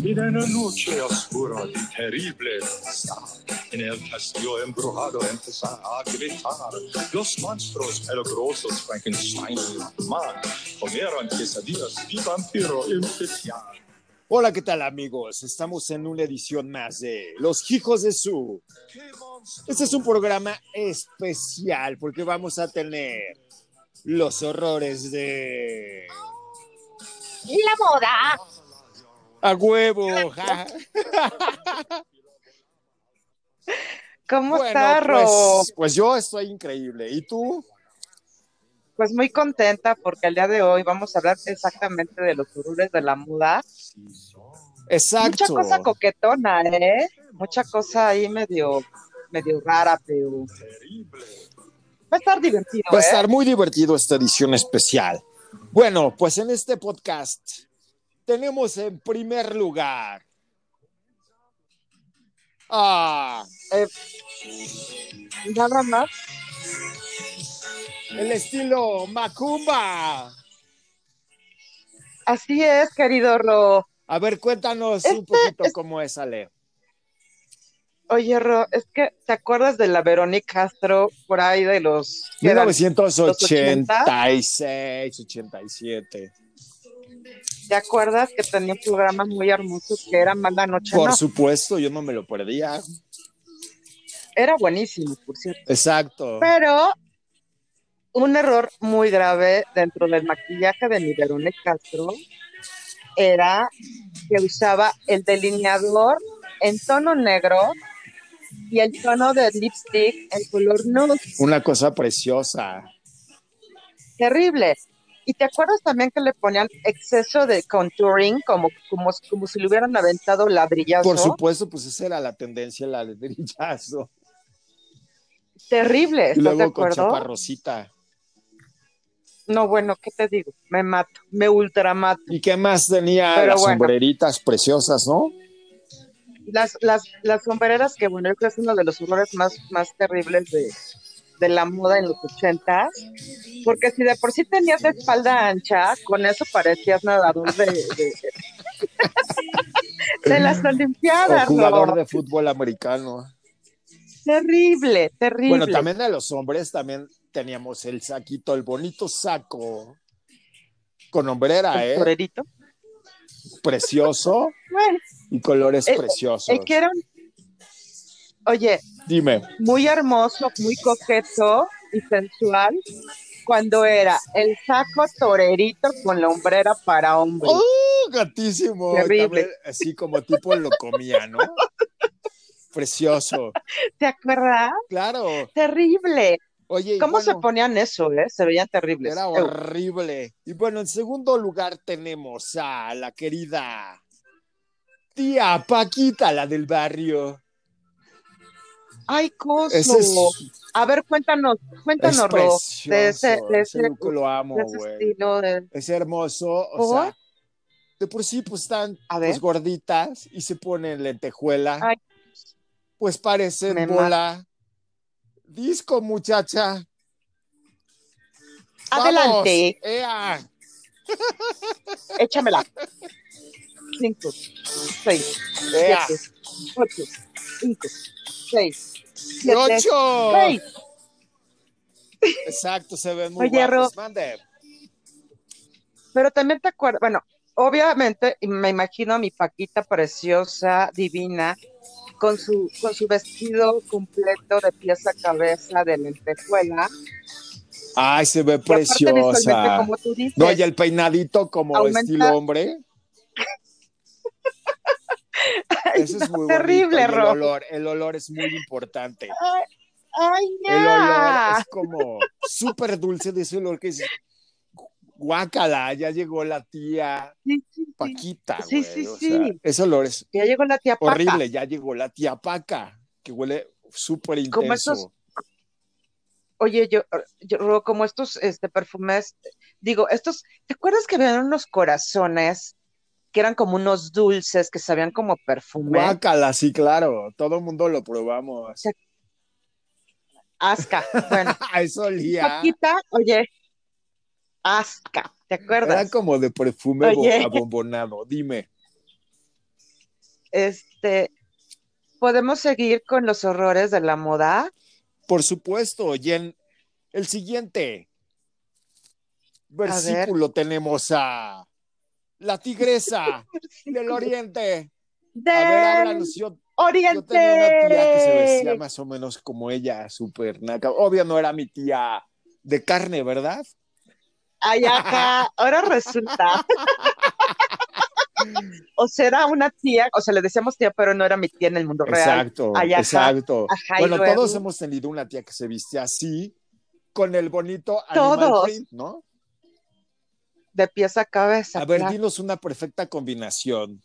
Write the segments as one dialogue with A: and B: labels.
A: En una noche oscura y terrible en el castillo embrujado empezaron a gritar los monstruos peligrosos Frankenstein y Man comieron quesadillas y vampiro especial.
B: Hola, ¿qué tal amigos? Estamos en una edición más de Los Hijos de Su. Este es un programa especial porque vamos a tener los horrores de...
C: La moda.
B: A huevo. ja.
C: ¿Cómo está,
B: Bueno,
C: Ro?
B: pues, pues yo estoy increíble. ¿Y tú?
C: Pues muy contenta porque el día de hoy vamos a hablar exactamente de los horrores de la muda. Mucha
B: Exacto.
C: cosa coquetona, ¿eh? Mucha cosa ahí medio, medio rara, pero va a estar divertido,
B: Va a
C: ¿eh?
B: estar muy divertido esta edición especial. Bueno, pues en este podcast tenemos en primer lugar a
C: Eh, Nada más.
B: el estilo Macumba.
C: Así es, querido Ro.
B: A ver, cuéntanos
C: Este
B: un poquito cómo es Ale.
C: Oye, Ro, es que ¿te acuerdas de la Verónica Castro por ahí de los que eran-
B: 1986, 87.
C: ¿Te acuerdas que tenía un programa muy hermoso que era Mala Noche?
B: Por
C: No,
B: supuesto, yo no me lo perdía.
C: era buenísimo, por cierto.
B: Exacto.
C: Pero un error muy grave dentro del maquillaje de mi Verónica Castro era que usaba el delineador en tono negro y el tono de lipstick en color nude.
B: Una cosa preciosa.
C: Terrible. Y te acuerdas también que le ponían exceso de contouring, como, como, como si le hubieran aventado ladrillazo.
B: Por supuesto, pues esa era la tendencia, la del brillazo.
C: Terrible,
B: Y
C: ¿estás de
B: luego con
C: acuerdo?
B: Chaparrosita.
C: No, bueno, ¿qué te digo? Me mato, me ultramato.
B: ¿Y qué más tenía?
C: Pero
B: Las
C: bueno.
B: sombreritas preciosas, ¿no?
C: Las, las, las sombreras, que bueno, yo creo que es uno de los horrores más, más terribles de, de la moda en los ochentas, porque si de por sí tenías la espalda ancha, con eso parecías nadador de, de, de las
B: El
C: Olimpiadas,
B: jugador
C: ¿no?
B: de fútbol americano.
C: Terrible, terrible.
B: Bueno, también de los hombres, también teníamos el saquito, el bonito saco. Con hombrera,
C: El
B: ¿eh?
C: sombrerito.
B: Precioso
C: Bueno,
B: y colores
C: El-
B: preciosos.
C: el que era un- Oye,
B: Dime,
C: muy hermoso, muy coqueto y sensual cuando era el saco torerito con la hombrera para hombre.
B: ¡uh, gatísimo.
C: Terrible.
B: También Así como tipo lo comía, ¿no? Precioso.
C: ¿Te acuerdas?
B: Claro.
C: Terrible.
B: Oye, y
C: ¿Cómo se
B: bueno,
C: ponían eso, eh? Se veían terribles.
B: Era
C: Eh,
B: horrible. Y bueno, en segundo lugar tenemos a la querida tía Paquita, la del barrio.
C: Ay, coso.
B: Ese es,
C: A ver, cuéntanos,
B: es
C: cuéntanos, Ro,
B: precioso.
C: de ese, de ese,
B: ese look lo amo,
C: de ese
B: güey.
C: estilo de-
B: Es hermoso. O
C: ¿Por?
B: sea, de por sí, pues están
C: A ver.
B: pues, gorditas y se ponen lentejuela.
C: Ay.
B: Pues parecen
C: Me
B: bola. Disco, muchacha.
C: Adelante,
B: ¡Vamos! ¡Ea!
C: échamela. Cinco, seis,
B: ¡Ea!
C: siete, ocho, cinco, seis, siete,
B: ¡Ocho!
C: seis.
B: Exacto, se ven muy
C: Oye, Ro.
B: guapos. Mande.
C: Pero también te acuerdas, bueno, obviamente y me imagino a mi Paquita preciosa, divina, con su, con su vestido completo de pieza a cabeza de lentejuela.
B: Ay, se ve
C: Y aparte visualmente,
B: preciosa.
C: como tú dices,
B: No, y el peinadito como
C: Eh, Aumenta-
B: estilo hombre. Eso es
C: no,
B: muy bonito. Y
C: terrible, Ro.
B: El olor, el olor es muy importante.
C: ay, ay,
B: El olor
C: ya.
B: es como súper dulce de ese olor que es guácala, ya llegó la tía
C: Sí, sí, sí.
B: Paquita.
C: Sí,
B: güey,
C: sí,
B: o
C: sí.
B: sea, ese olor es
C: Ya llegó la tía Paca.
B: horrible, ya llegó la tía Paca, que huele súper intenso.
C: Como esos- Oye, yo, yo Ro, como estos este, perfumes, digo, estos, ¿te acuerdas que habían unos corazones que eran como unos dulces que sabían como perfume?
B: Guácala, sí, claro. Todo el mundo lo probamos.
C: Asca. Bueno,
B: Eso olía.
C: Paquita, oye, Asca, ¿te
B: Era
C: acuerdas?
B: como de perfume bo-
C: Oye.
B: abombonado. Dime.
C: Este, podemos seguir con los horrores de la moda.
B: Por supuesto, y en el siguiente versículo tenemos a la tigresa del oriente.
C: De
B: A ver, háblanos. Yo, yo
C: Oriente.
B: tenía una tía que se vestía más o menos como ella, súper naca. Obvio, no era mi tía de carne, ¿verdad?
C: Ay, ajá, ahora resulta. o será una tía, o sea, le decíamos tía, pero no era mi tía en el mundo real.
B: Exacto,
C: Ay, ajá.
B: exacto.
C: Ajá, y
B: bueno,
C: luego-
B: todos hemos tenido una tía que se viste así, con el bonito animal
C: Todos.
B: print, ¿no?
C: De pies a cabeza.
B: A ver,
C: claro.
B: dinos una perfecta combinación.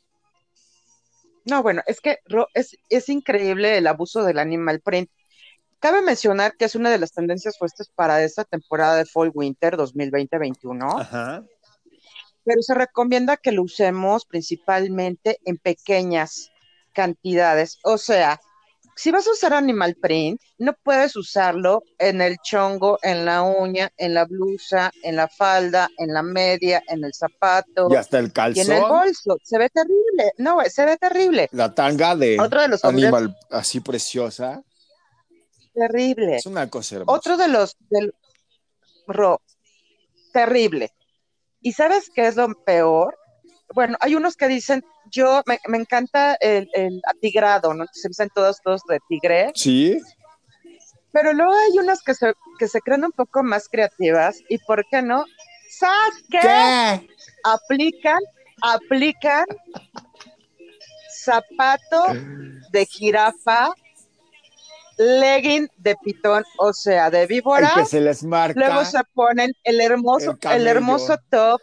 C: No, bueno, es que Ro, es, es increíble el abuso del animal print. Cabe mencionar que es una de las tendencias fuertes para esta temporada de Fall Winter 2020-21,
B: Ajá.
C: pero se recomienda que lo usemos principalmente en pequeñas cantidades. O sea, si vas a usar animal print, no puedes usarlo en el chongo, en la uña, en la blusa, en la falda, en la media, en el zapato
B: Y hasta el
C: y en el
B: calzón,
C: bolso. Se ve terrible. No, güey, se ve terrible.
B: la tanga de
C: Otro de los horrores
B: animal así preciosa.
C: Terrible.
B: Es una cosa hermosa.
C: Otro de los del Ro, terrible. ¿Y sabes qué es lo peor? Bueno, hay unos que dicen, yo me, me encanta el, el atigrado, ¿no? Se dicen todos todos de tigre,
B: Sí,
C: pero luego hay unas que se, que se creen un poco más creativas y ¿por qué no? ¡Saque! Aplican, aplican zapato de jirafa, legging de pitón, o sea, de
B: el
C: víbora.
B: que se les marca
C: Luego se ponen el hermoso,
B: El
C: el,
B: camello.
C: hermoso top.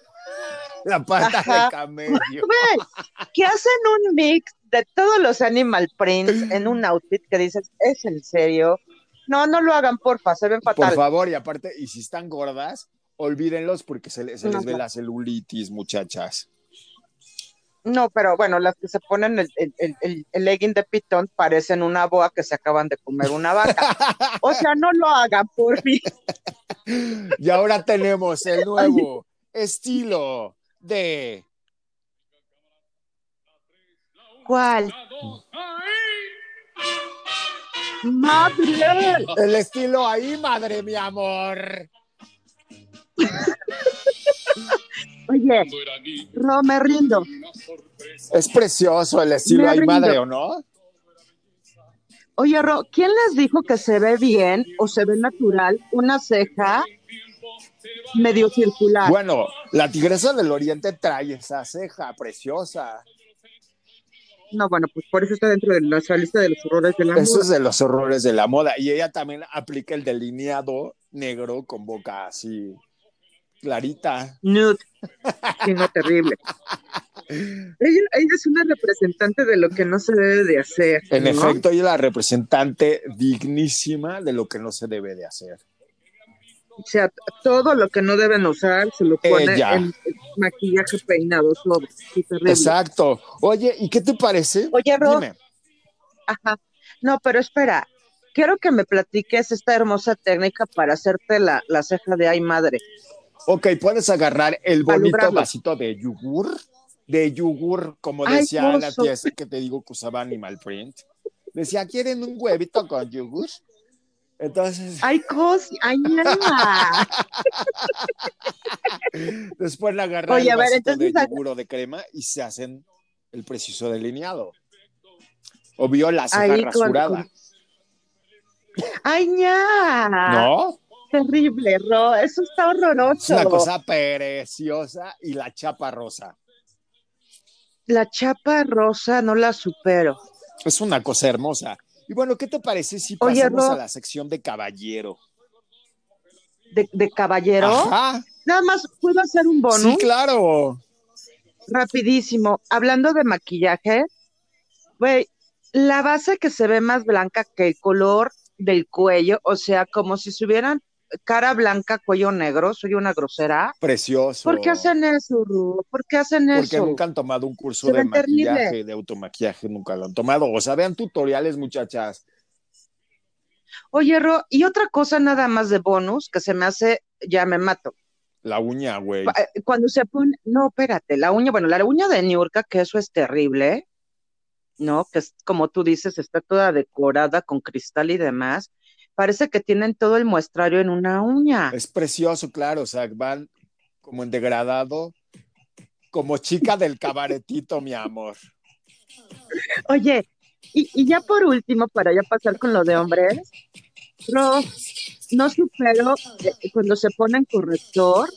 B: la pata
C: Ajá.
B: de camello.
C: Güey, que hacen un mix de todos los animal prints en un outfit que dices, ¿es en serio? No, no lo hagan, porfa, se ven
B: Por
C: fatal.
B: favor, y aparte, y si están gordas, olvídenlos porque se, le- se les
C: No,
B: ve
C: no.
B: la celulitis, muchachas.
C: No, pero bueno, las que se ponen el, el- el- el- el legging de pitón parecen una boa que se acaban de comer una vaca. O sea, no lo hagan, por fin.
B: Y ahora tenemos el nuevo estilo de
C: ¿Cuál? ¡Madre!
B: el estilo ahí, madre mi amor.
C: Oye, no me rindo.
B: Es precioso el estilo
C: Me
B: ahí,
C: rindo.
B: madre, ¿o no?
C: Oye, Ro, ¿quién les dijo que se ve bien o se ve natural una ceja medio circular?
B: Bueno, la tigresa del oriente trae esa ceja preciosa.
C: No, bueno, pues por eso está dentro de nuestra lista de los horrores de la
B: Eso es de los horrores de la moda. Y ella también aplica el delineado negro con boca así clarita.
C: Nude, sino terrible. Ella, ella es una representante de lo que no se debe de hacer.
B: En
C: ¿no?
B: efecto, ella es la representante dignísima de lo que no se debe de hacer.
C: O sea, t- todo lo que no deben usar se lo pone
B: Ella.
C: en en maquillaje peinado sobre. Sí, terrible.
B: Exacto. Oye, ¿y qué te parece?
C: Oye, Ro,
B: Dime.
C: Ajá. No, pero espera. Quiero que me platiques esta hermosa técnica para hacerte la, la ceja de ay madre.
B: Ok, puedes agarrar el bonito
C: Alumbrarlo.
B: vasito de yogur, de yogur, como
C: Ay,
B: decía la
C: hermoso.
B: tía esa que te digo que usaba Animal Print. Decía, ¿quieren un huevito con yogur? Entonces,
C: Ay, cos, ay, nada.
B: después le agarran
C: Oye, a
B: el
C: ver,
B: vasito
C: entonces
B: de
C: haga-
B: yogur o de crema y se hacen el preciso delineado. O viola, ceja
C: Ahí con-
B: rasurada.
C: con- Ay, ña.
B: ¿No?
C: Terrible, Ro. Eso está
B: Es
C: horroroso.
B: una cosa preciosa y la chapa rosa.
C: La chapa rosa no la supero.
B: Es una cosa hermosa. Y bueno, ¿qué te parece si
C: Oye,
B: pasamos
C: Ro.
B: a la sección de caballero?
C: De, de caballero.
B: Ajá.
C: Nada más, ¿puedo hacer un bonus?
B: Sí, claro.
C: Rapidísimo. Hablando de maquillaje, güey, la base que se ve más blanca que el color del cuello, o sea, como si se hubieran cara blanca, cuello negro, soy una grosera.
B: Precioso.
C: ¿Por qué hacen eso, Ru? ¿Por qué hacen
B: Porque
C: eso?
B: nunca han tomado un curso
C: Se
B: de
C: ven terrible.
B: maquillaje, de automaquillaje, nunca lo han tomado. O sea, vean tutoriales, muchachas.
C: Oye, Ro, y otra cosa nada más de bonus que se me hace, ya me mato.
B: La uña, güey.
C: Pa- eh, Cuando se pone, no, espérate, la uña, bueno, la uña de Niurka, que eso es terrible, ¿no? Que es, como tú dices, está toda decorada con cristal y demás. Parece que tienen todo el muestrario en una uña.
B: Es precioso, claro. O sea, van como en degradado, como chica del cabaretito, mi amor.
C: Oye, y, y ya por último, para ya pasar con lo de hombres, Ro, no supero eh, cuando se ponen corrector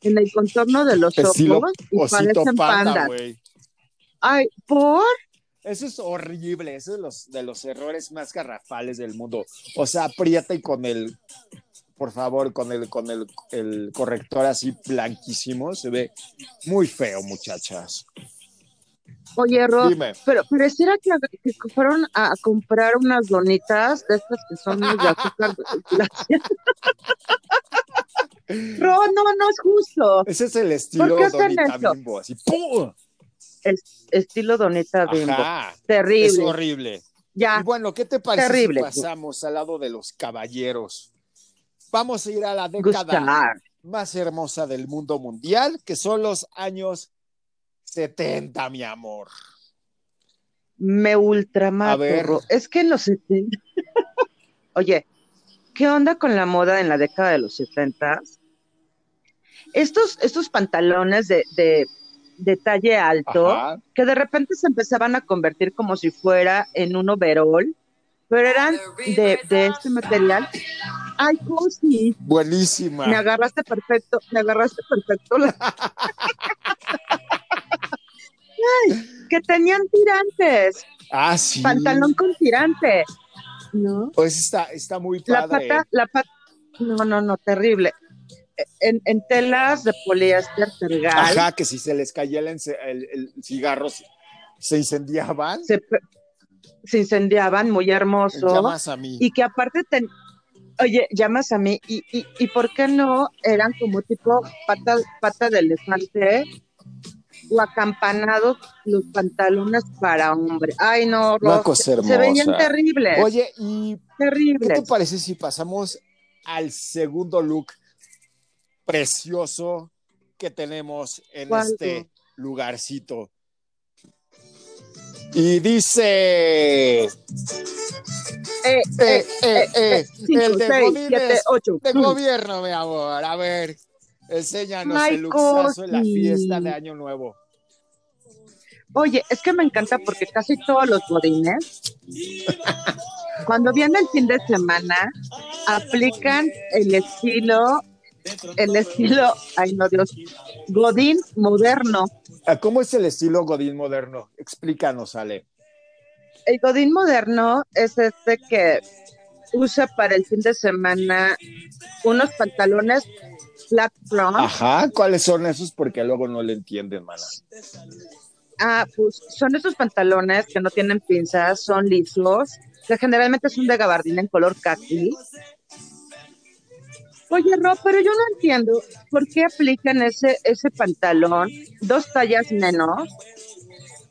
C: en el contorno de los
B: Estilo
C: ojos y
B: Osito panda,
C: parecen pandas.
B: güey.
C: Ay, ¿por?
B: Eso es horrible, eso es de los, de los errores más garrafales del mundo. O sea, aprieta y con el, por favor, con el, con el, el corrector así blanquísimo, se ve muy feo, muchachas.
C: Oye, Ro,
B: Dime,
C: pero pareciera que, que fueron a comprar unas donitas de estas que son muy de azúcar. Ro, no, no es justo.
B: ese es el estilo
C: qué hacen
B: Donita
C: eso?
B: Bimbo, así ¡pum!
C: Estilo donita bimbo.
B: Ajá, es
C: Terrible.
B: horrible.
C: Ya.
B: Y bueno, ¿qué te parece
C: Terrible.
B: si pasamos al lado de los caballeros? Vamos a ir a la década
C: Gustar.
B: más hermosa del mundo mundial, que son los años 70, mi amor.
C: Me ultramato,
B: A ver.
C: Ro. Es que en los 70. Oye, ¿qué onda con la moda en la década de los 70? Estos, estos pantalones de, de, de talle alto,
B: Ajá.
C: que de repente se empezaban a convertir como si fuera en un overall, pero eran de, de este material. Ay, Cosi,
B: Buenísima.
C: me agarraste perfecto, me agarraste perfecto. la- Ay, que tenían tirantes
B: Ah, sí.
C: pantalón con tirante. No.
B: Pues está, está muy
C: La
B: padre.
C: pata, la pata. No, no, no, terrible. Eh, En, en telas de poliéster tergal.
B: Ajá, que si se les caía el, ence- el- el cigarro, se- se incendiaban.
C: Se, pe- se incendiaban, muy hermoso.
B: Llamas a mí.
C: Y que aparte, ten- oye, llamas a mí. Y, y, y por qué no eran como tipo pata, pata de elefante o acampanados los pantalones para hombre. Ay, no,
B: Una
C: Ros,
B: cosa
C: se veían
B: hermosa.
C: terribles.
B: Oye, ¿y qué
C: terribles.
B: te parece si pasamos al segundo look precioso que tenemos en
C: ¿Cuál?
B: este lugarcito? Y dice, eh,
C: Eh, eh,
B: eh, eh,
C: cinco,
B: el de
C: seis,
B: Godínez
C: siete, ocho.
B: de
C: Mm.
B: gobierno, mi amor. A ver, enséñanos
C: Ay,
B: el luxazo en la
C: Coqui.
B: fiesta de Año Nuevo.
C: Oye, es que me encanta porque casi todos los godines, cuando viene el fin de semana, aplican el estilo, el estilo, ay no Dios, godín moderno.
B: Ah, ¿Cómo es el estilo Godín moderno? Explícanos, Ale.
C: El godín moderno es este que usa para el fin de semana unos pantalones flat front,
B: Ajá, ¿cuáles son esos? Porque luego no le entienden, mana.
C: Ah, pues son esos pantalones que no tienen pinzas, son lisos, que generalmente son de gabardina en color caqui. Oye, Ro, pero yo no entiendo por qué aplican ese, ese pantalón dos tallas menos,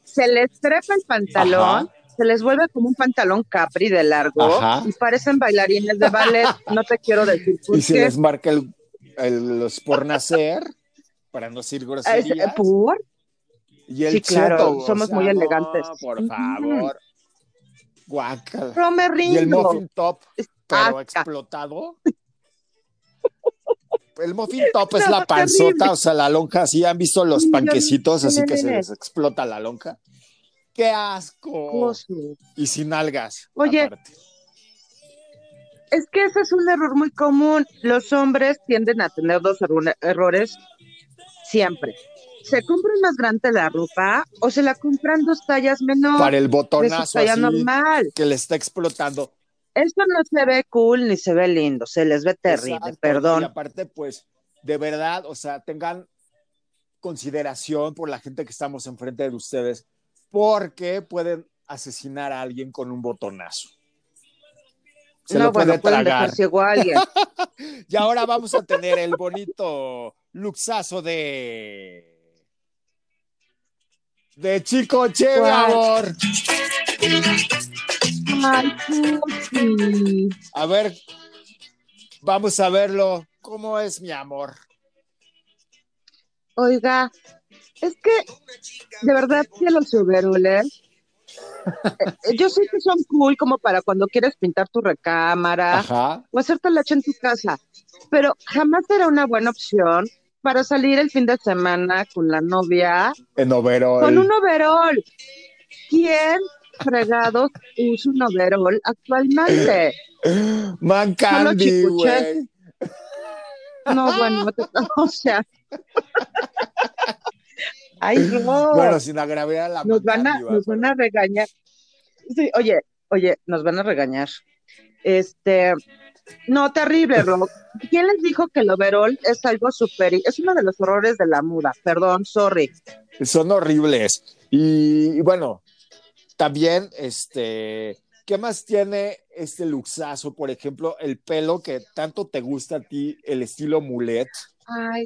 C: se les trepa el pantalón,
B: Ajá.
C: se les vuelve como un pantalón capri de largo
B: Ajá.
C: y parecen bailarines de ballet, no te quiero decir por
B: Y se
C: qué.
B: les marca el, el- los por nacer, para no decir
C: Ah, es-
B: groserías.
C: ¿Por?
B: y el
C: sí, claro,
B: cheto, o
C: somos muy
B: no,
C: elegantes.
B: por
C: Ujú.
B: favor. Guácala.
C: Ro, me
B: Y el
C: rindo.
B: muffin top, pero
C: Asca.
B: explotado. El muffin top es
C: No,
B: la panzota,
C: terrible.
B: o sea, la lonja. Sí, han visto los
C: Sí, yo vi.
B: panquecitos, así que se
C: Nene.
B: les explota la lonja. ¡Qué asco!
C: Oso.
B: Y sin algas.
C: Pues, Oye,
B: aparte.
C: Es que ese es un error muy común. Los hombres tienden a tener dos erro- errores siempre. Se compran más grande la ropa o se la compran dos tallas menor
B: para el
C: de su
B: botonazo
C: talla
B: así,
C: normal.
B: que le está explotando.
C: Esto no se ve cool ni se ve lindo, se les ve terrible,
B: Exacto, ¿no? Y
C: perdón.
B: aparte, pues, de verdad, o sea, tengan consideración por la gente que estamos enfrente de ustedes, porque pueden asesinar a alguien con un botonazo. Se
C: no,
B: lo
C: bueno,
B: puede
C: pueden
B: tragar.
C: dejar ciego a alguien.
B: Y ahora vamos a tener el bonito luxazo de. De Chico Che, mi
C: ¿Cuál?
B: amor.
C: Ay, Chucky.
B: A ver, vamos a verlo. ¿Cómo es mi amor?
C: Oiga, es que de verdad que los overoles. eh, Yo sé que son cool como para cuando quieres pintar tu recámara
B: Ajá.
C: o hacerte leche en tu casa, pero jamás será una buena opción para salir el fin de semana con la novia
B: En overol.
C: con un overol. ¿Quién fregados usa un overol actualmente?
B: Man Candy,
C: chicuché.
B: güey.
C: No, bueno, te- o sea. Ay, no.
B: Bueno, sin agraviar a la
C: nos
B: Man
C: van a,
B: Candy, va,
C: nos
B: pero-
C: van a regañar. Sí, oye, oye, nos van a regañar. Este, no, terrible, Rob. ¿Quién les dijo que el overall es algo super, es uno de los horrores de la muda? Perdón, sorry.
B: son horribles. Y, y bueno, también, este, ¿qué más tiene este luxazo? Por ejemplo, el pelo que tanto te gusta a ti, el estilo mulet.
C: Ay,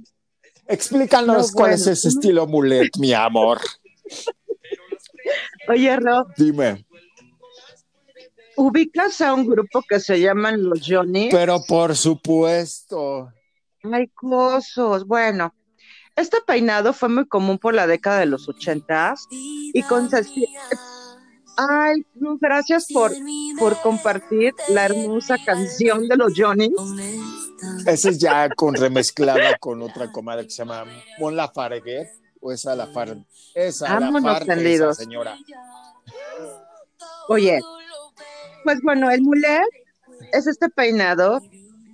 B: Explícanos
C: No,
B: cuál
C: bueno,
B: es ese
C: no.
B: estilo mulet, mi amor.
C: oye, Rob,
B: Dime,
C: ubicas a un grupo que se llaman los Johnny.
B: pero por supuesto,
C: Ay, cosos. Bueno, este peinado fue muy común por la década de los ochentas.
D: Y con Ceci-
C: Ay, no, gracias por, por compartir la hermosa canción de los Johnny.
B: ese es ya con remezclado con otra comadre que se llama Mon Lafargue, o esa Lafargue, esa
C: Vámonos,
B: Lafargue, esa
C: tendidos.
B: señora.
D: Oye,
C: Pues bueno, el mulet es este peinado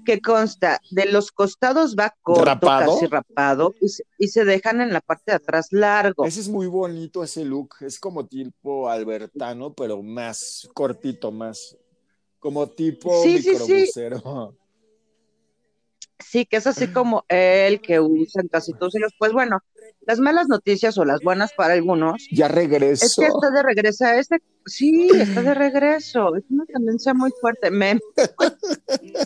C: que consta de los costados va corto,
B: ¿Rapado?
C: casi rapado, y se, y se dejan en la parte de atrás largo.
B: Ese es muy bonito ese look, es como tipo albertano, pero más cortito, más como tipo
C: Sí, sí, sí.
B: microbusero.
C: Sí, que es así como el que usan casi todos ellos. Pues bueno, las malas noticias o las buenas para algunos
B: Ya regreso.
C: es que está de regreso. Este, sí, está de regreso. Es una tendencia muy fuerte. Me...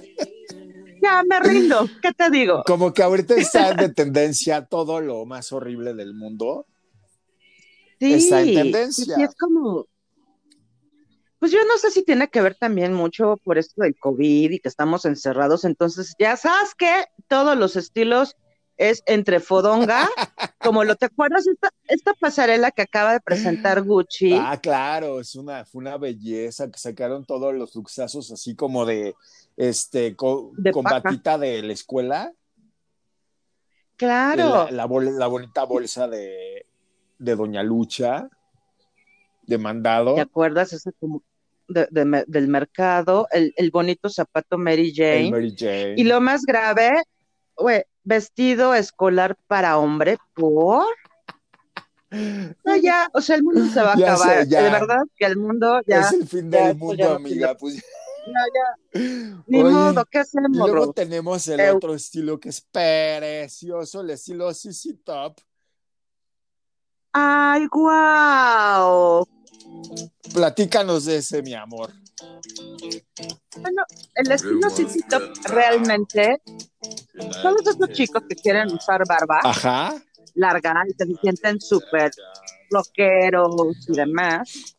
C: ya me rindo. ¿Qué te digo?
B: Como que ahorita está de tendencia todo lo más horrible del mundo.
C: Sí,
B: está en
C: sí,
B: tendencia.
C: sí, es como. Pues yo no sé si tiene que ver también mucho por esto del COVID y que estamos encerrados. Entonces, ya sabes que todos los estilos es entre fodonga, como lo te acuerdas, esta, esta pasarela que acaba de presentar Gucci.
B: Ah, claro, es una, fue una belleza que sacaron todos los luxazos así como de este co-
C: De
B: con
C: paja.
B: batita de la escuela.
C: claro.
B: La, la bol- la bonita bolsa de, de Doña Lucha, de mandado.
C: ¿Te acuerdas esa como de- de me- del mercado? El, el bonito zapato Mary Jane.
B: El Mary Jane.
C: Y lo más grave, güey, vestido escolar para hombre por. No, ya, o sea, el mundo se va a
B: Ya sé,
C: acabar.
B: ya.
C: De verdad que el mundo ya,
B: es el fin
C: ya,
B: del
C: pues,
B: mundo,
C: ya no
B: amiga. Pues,
C: ya, ya. Ni
B: Oye,
C: modo, ¿qué
B: y
C: hacemos,
B: luego
C: bro?
B: tenemos el
C: Eu.
B: otro estilo que es precioso, el estilo CC Top.
C: Ay, guau.
B: Platícanos de ese, mi amor.
C: Bueno, el estilo CC Top realmente, todos esos chicos que quieren usar barba
B: Ah. Ajá.
C: larga y que se sienten súper bloqueros y demás,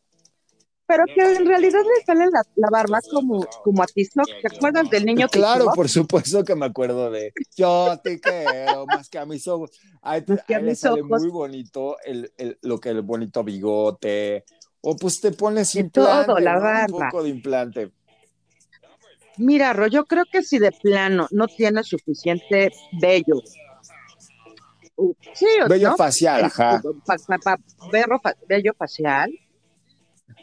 C: pero que en realidad les sale la, la barba como, como a Tizoc. ¿Te acuerdas del niño que
B: Claro, por supuesto que me acuerdo de Yo te quiero más que a mis ojos. Ahí, te-
C: Más que a
B: ahí le
C: mis
B: sale
C: ojos.
B: muy bonito el, el- lo que el bonito bigote. O pues te pones
C: De
B: implante,
C: todo, la
B: ¿no? un
C: barba.
B: poco de implante.
C: Mira, Ro, yo creo que si de plano no tienes suficiente bello, u- sí, o
B: Bello
C: ¿no?
B: facial, ajá.
C: El- pa- pa- pa- berro fa- bello facial,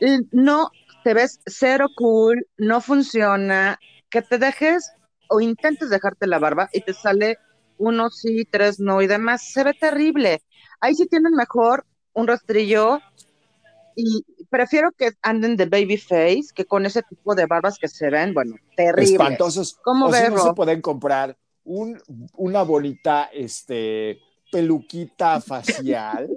C: l- no te ves cero cool, no funciona, que te dejes o intentes dejarte la barba y te sale uno sí, tres no y demás, se ve terrible. Ahí sí tienen mejor un rastrillo y prefiero que anden de baby face que con ese tipo de barbas que se ven, bueno, terrible.
B: espantosos.
C: ¿Cómo
B: o si no
C: verlo?
B: se pueden comprar un, una bonita este, peluquita facial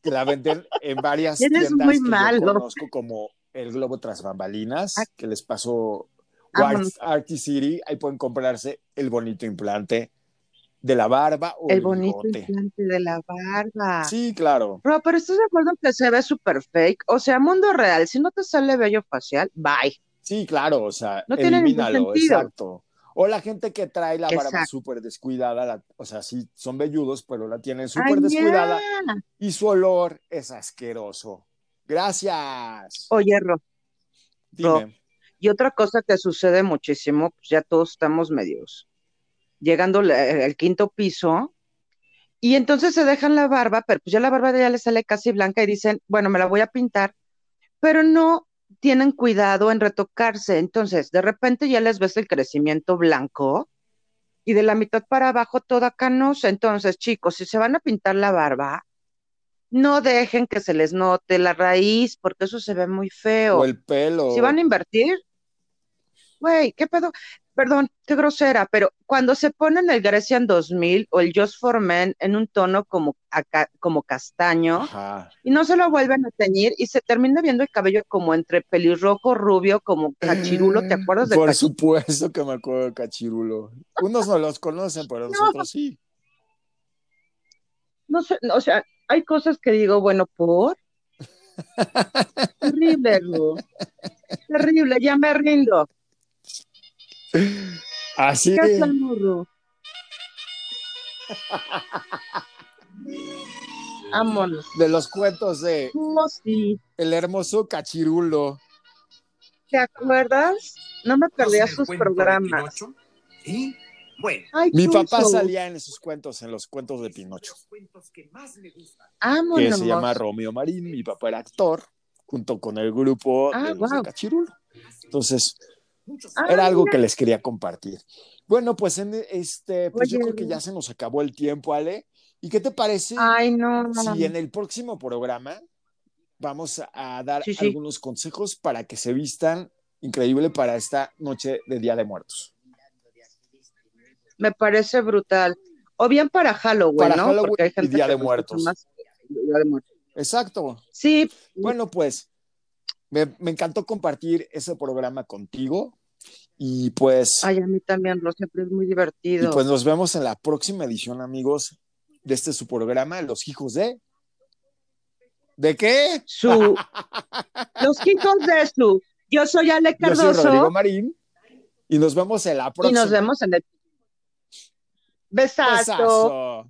B: que la venden en varias
C: Eres
B: tiendas
C: muy
B: que yo
C: malo.
B: conozco como el Globo Tras Bambalinas,
C: Ah.
B: que les pasó
C: Vámonos.
B: Arty City. Ahí pueden comprarse el bonito implante de la barba o
C: El
B: el
C: bonito
B: bigote.
C: implante de la barba.
B: Sí, claro.
C: Bro, pero ¿estás de acuerdo que se ve súper fake? O sea, mundo real, si no te sale vello facial, bye.
B: Sí, claro, o sea,
C: No tiene ningún
B: elimínalo,
C: sentido.
B: exacto. O la gente que trae la barba
C: Exacto.
B: súper descuidada, la- o sea, sí son velludos, pero la tienen
C: Ay,
B: súper
C: ya.
B: descuidada y su olor es asqueroso. Gracias.
C: Oye, Ro,
B: Dime.
C: y otra cosa que sucede muchísimo, pues ya todos estamos medios, llegando la- al quinto piso, y entonces se dejan la barba, pero pues ya la barba ya les sale casi blanca y dicen, bueno, me la voy a pintar, pero no tienen cuidado en retocarse, entonces de repente ya les ves el crecimiento blanco y de la mitad para abajo toda canosa, entonces chicos, si se van a pintar la barba, no dejen que se les note la raíz, porque eso se ve muy feo.
B: O el pelo.
C: Si van a invertir, güey, qué pedo. Perdón, qué grosera, pero cuando se ponen el Grecian 2000 o el Just for Men en un tono como, aca- como castaño
B: Ajá.
C: y no se lo vuelven a teñir y se termina viendo el cabello como entre pelirrojo, rubio, como cachirulo, ¿te acuerdas de
B: Por
C: cachirulo?
B: supuesto que me acuerdo de Cachirulo. Unos no los conocen, pero nosotros sí.
C: No sé, no, o sea, hay cosas que digo, bueno, por. Terrible, Ru. Terrible, ya me rindo.
B: Así.
C: ¿Qué hacemos, Ru? Vámonos.
B: De los cuentos de
C: Oh, sí.
B: El hermoso Cachirulo.
C: ¿Te acuerdas? No me perdía
D: perdía
C: sus programas.
D: Y bueno,
C: Ay,
B: Mi
C: Chuzo,
B: papá salía en esos cuentos, en los cuentos de Pinocho,
D: los cuentos que más me gustan.
B: que
C: vámonos.
B: se llama Romeo Marín. Mi papá era actor, junto con el grupo
C: Ah,
B: de, los de
C: guau.
B: Cachirulo. Entonces,
D: Muchos
C: Ah,
B: era algo que les quería compartir. Bueno, pues, en este, pues yo
C: Oye,
B: creo que
C: Ru.
B: ya se nos acabó el tiempo, Ale. ¿Y qué te parece?
C: Ay, Ah, no.
B: si en el próximo programa vamos a dar
C: Sí, sí.
B: algunos consejos para que se vistan increíble para esta noche de Día de Muertos.
C: Me parece brutal. O bien para Halloween,
B: Para
C: ¿no?
B: Halloween
C: Porque hay
B: y
C: gente
B: Día
C: que
B: de
C: lo
B: Muertos.
C: escucha más que Día de Muertos.
B: Exacto.
C: Sí,
B: Bueno, pues me, me encantó compartir ese programa contigo y pues,
C: ay, a mí también, lo siempre es muy
B: y
C: divertido.
B: pues nos vemos en la próxima edición, amigos, de este su programa, Los Hijos de... ¿De qué?
C: Su, los chicos de su. Yo soy Ale
B: Yo soy Rodrigo
C: Cardoso
B: Marín y nos vemos en la
C: y
B: próxima.
C: nos vemos en el. Besazo.
B: Besazo.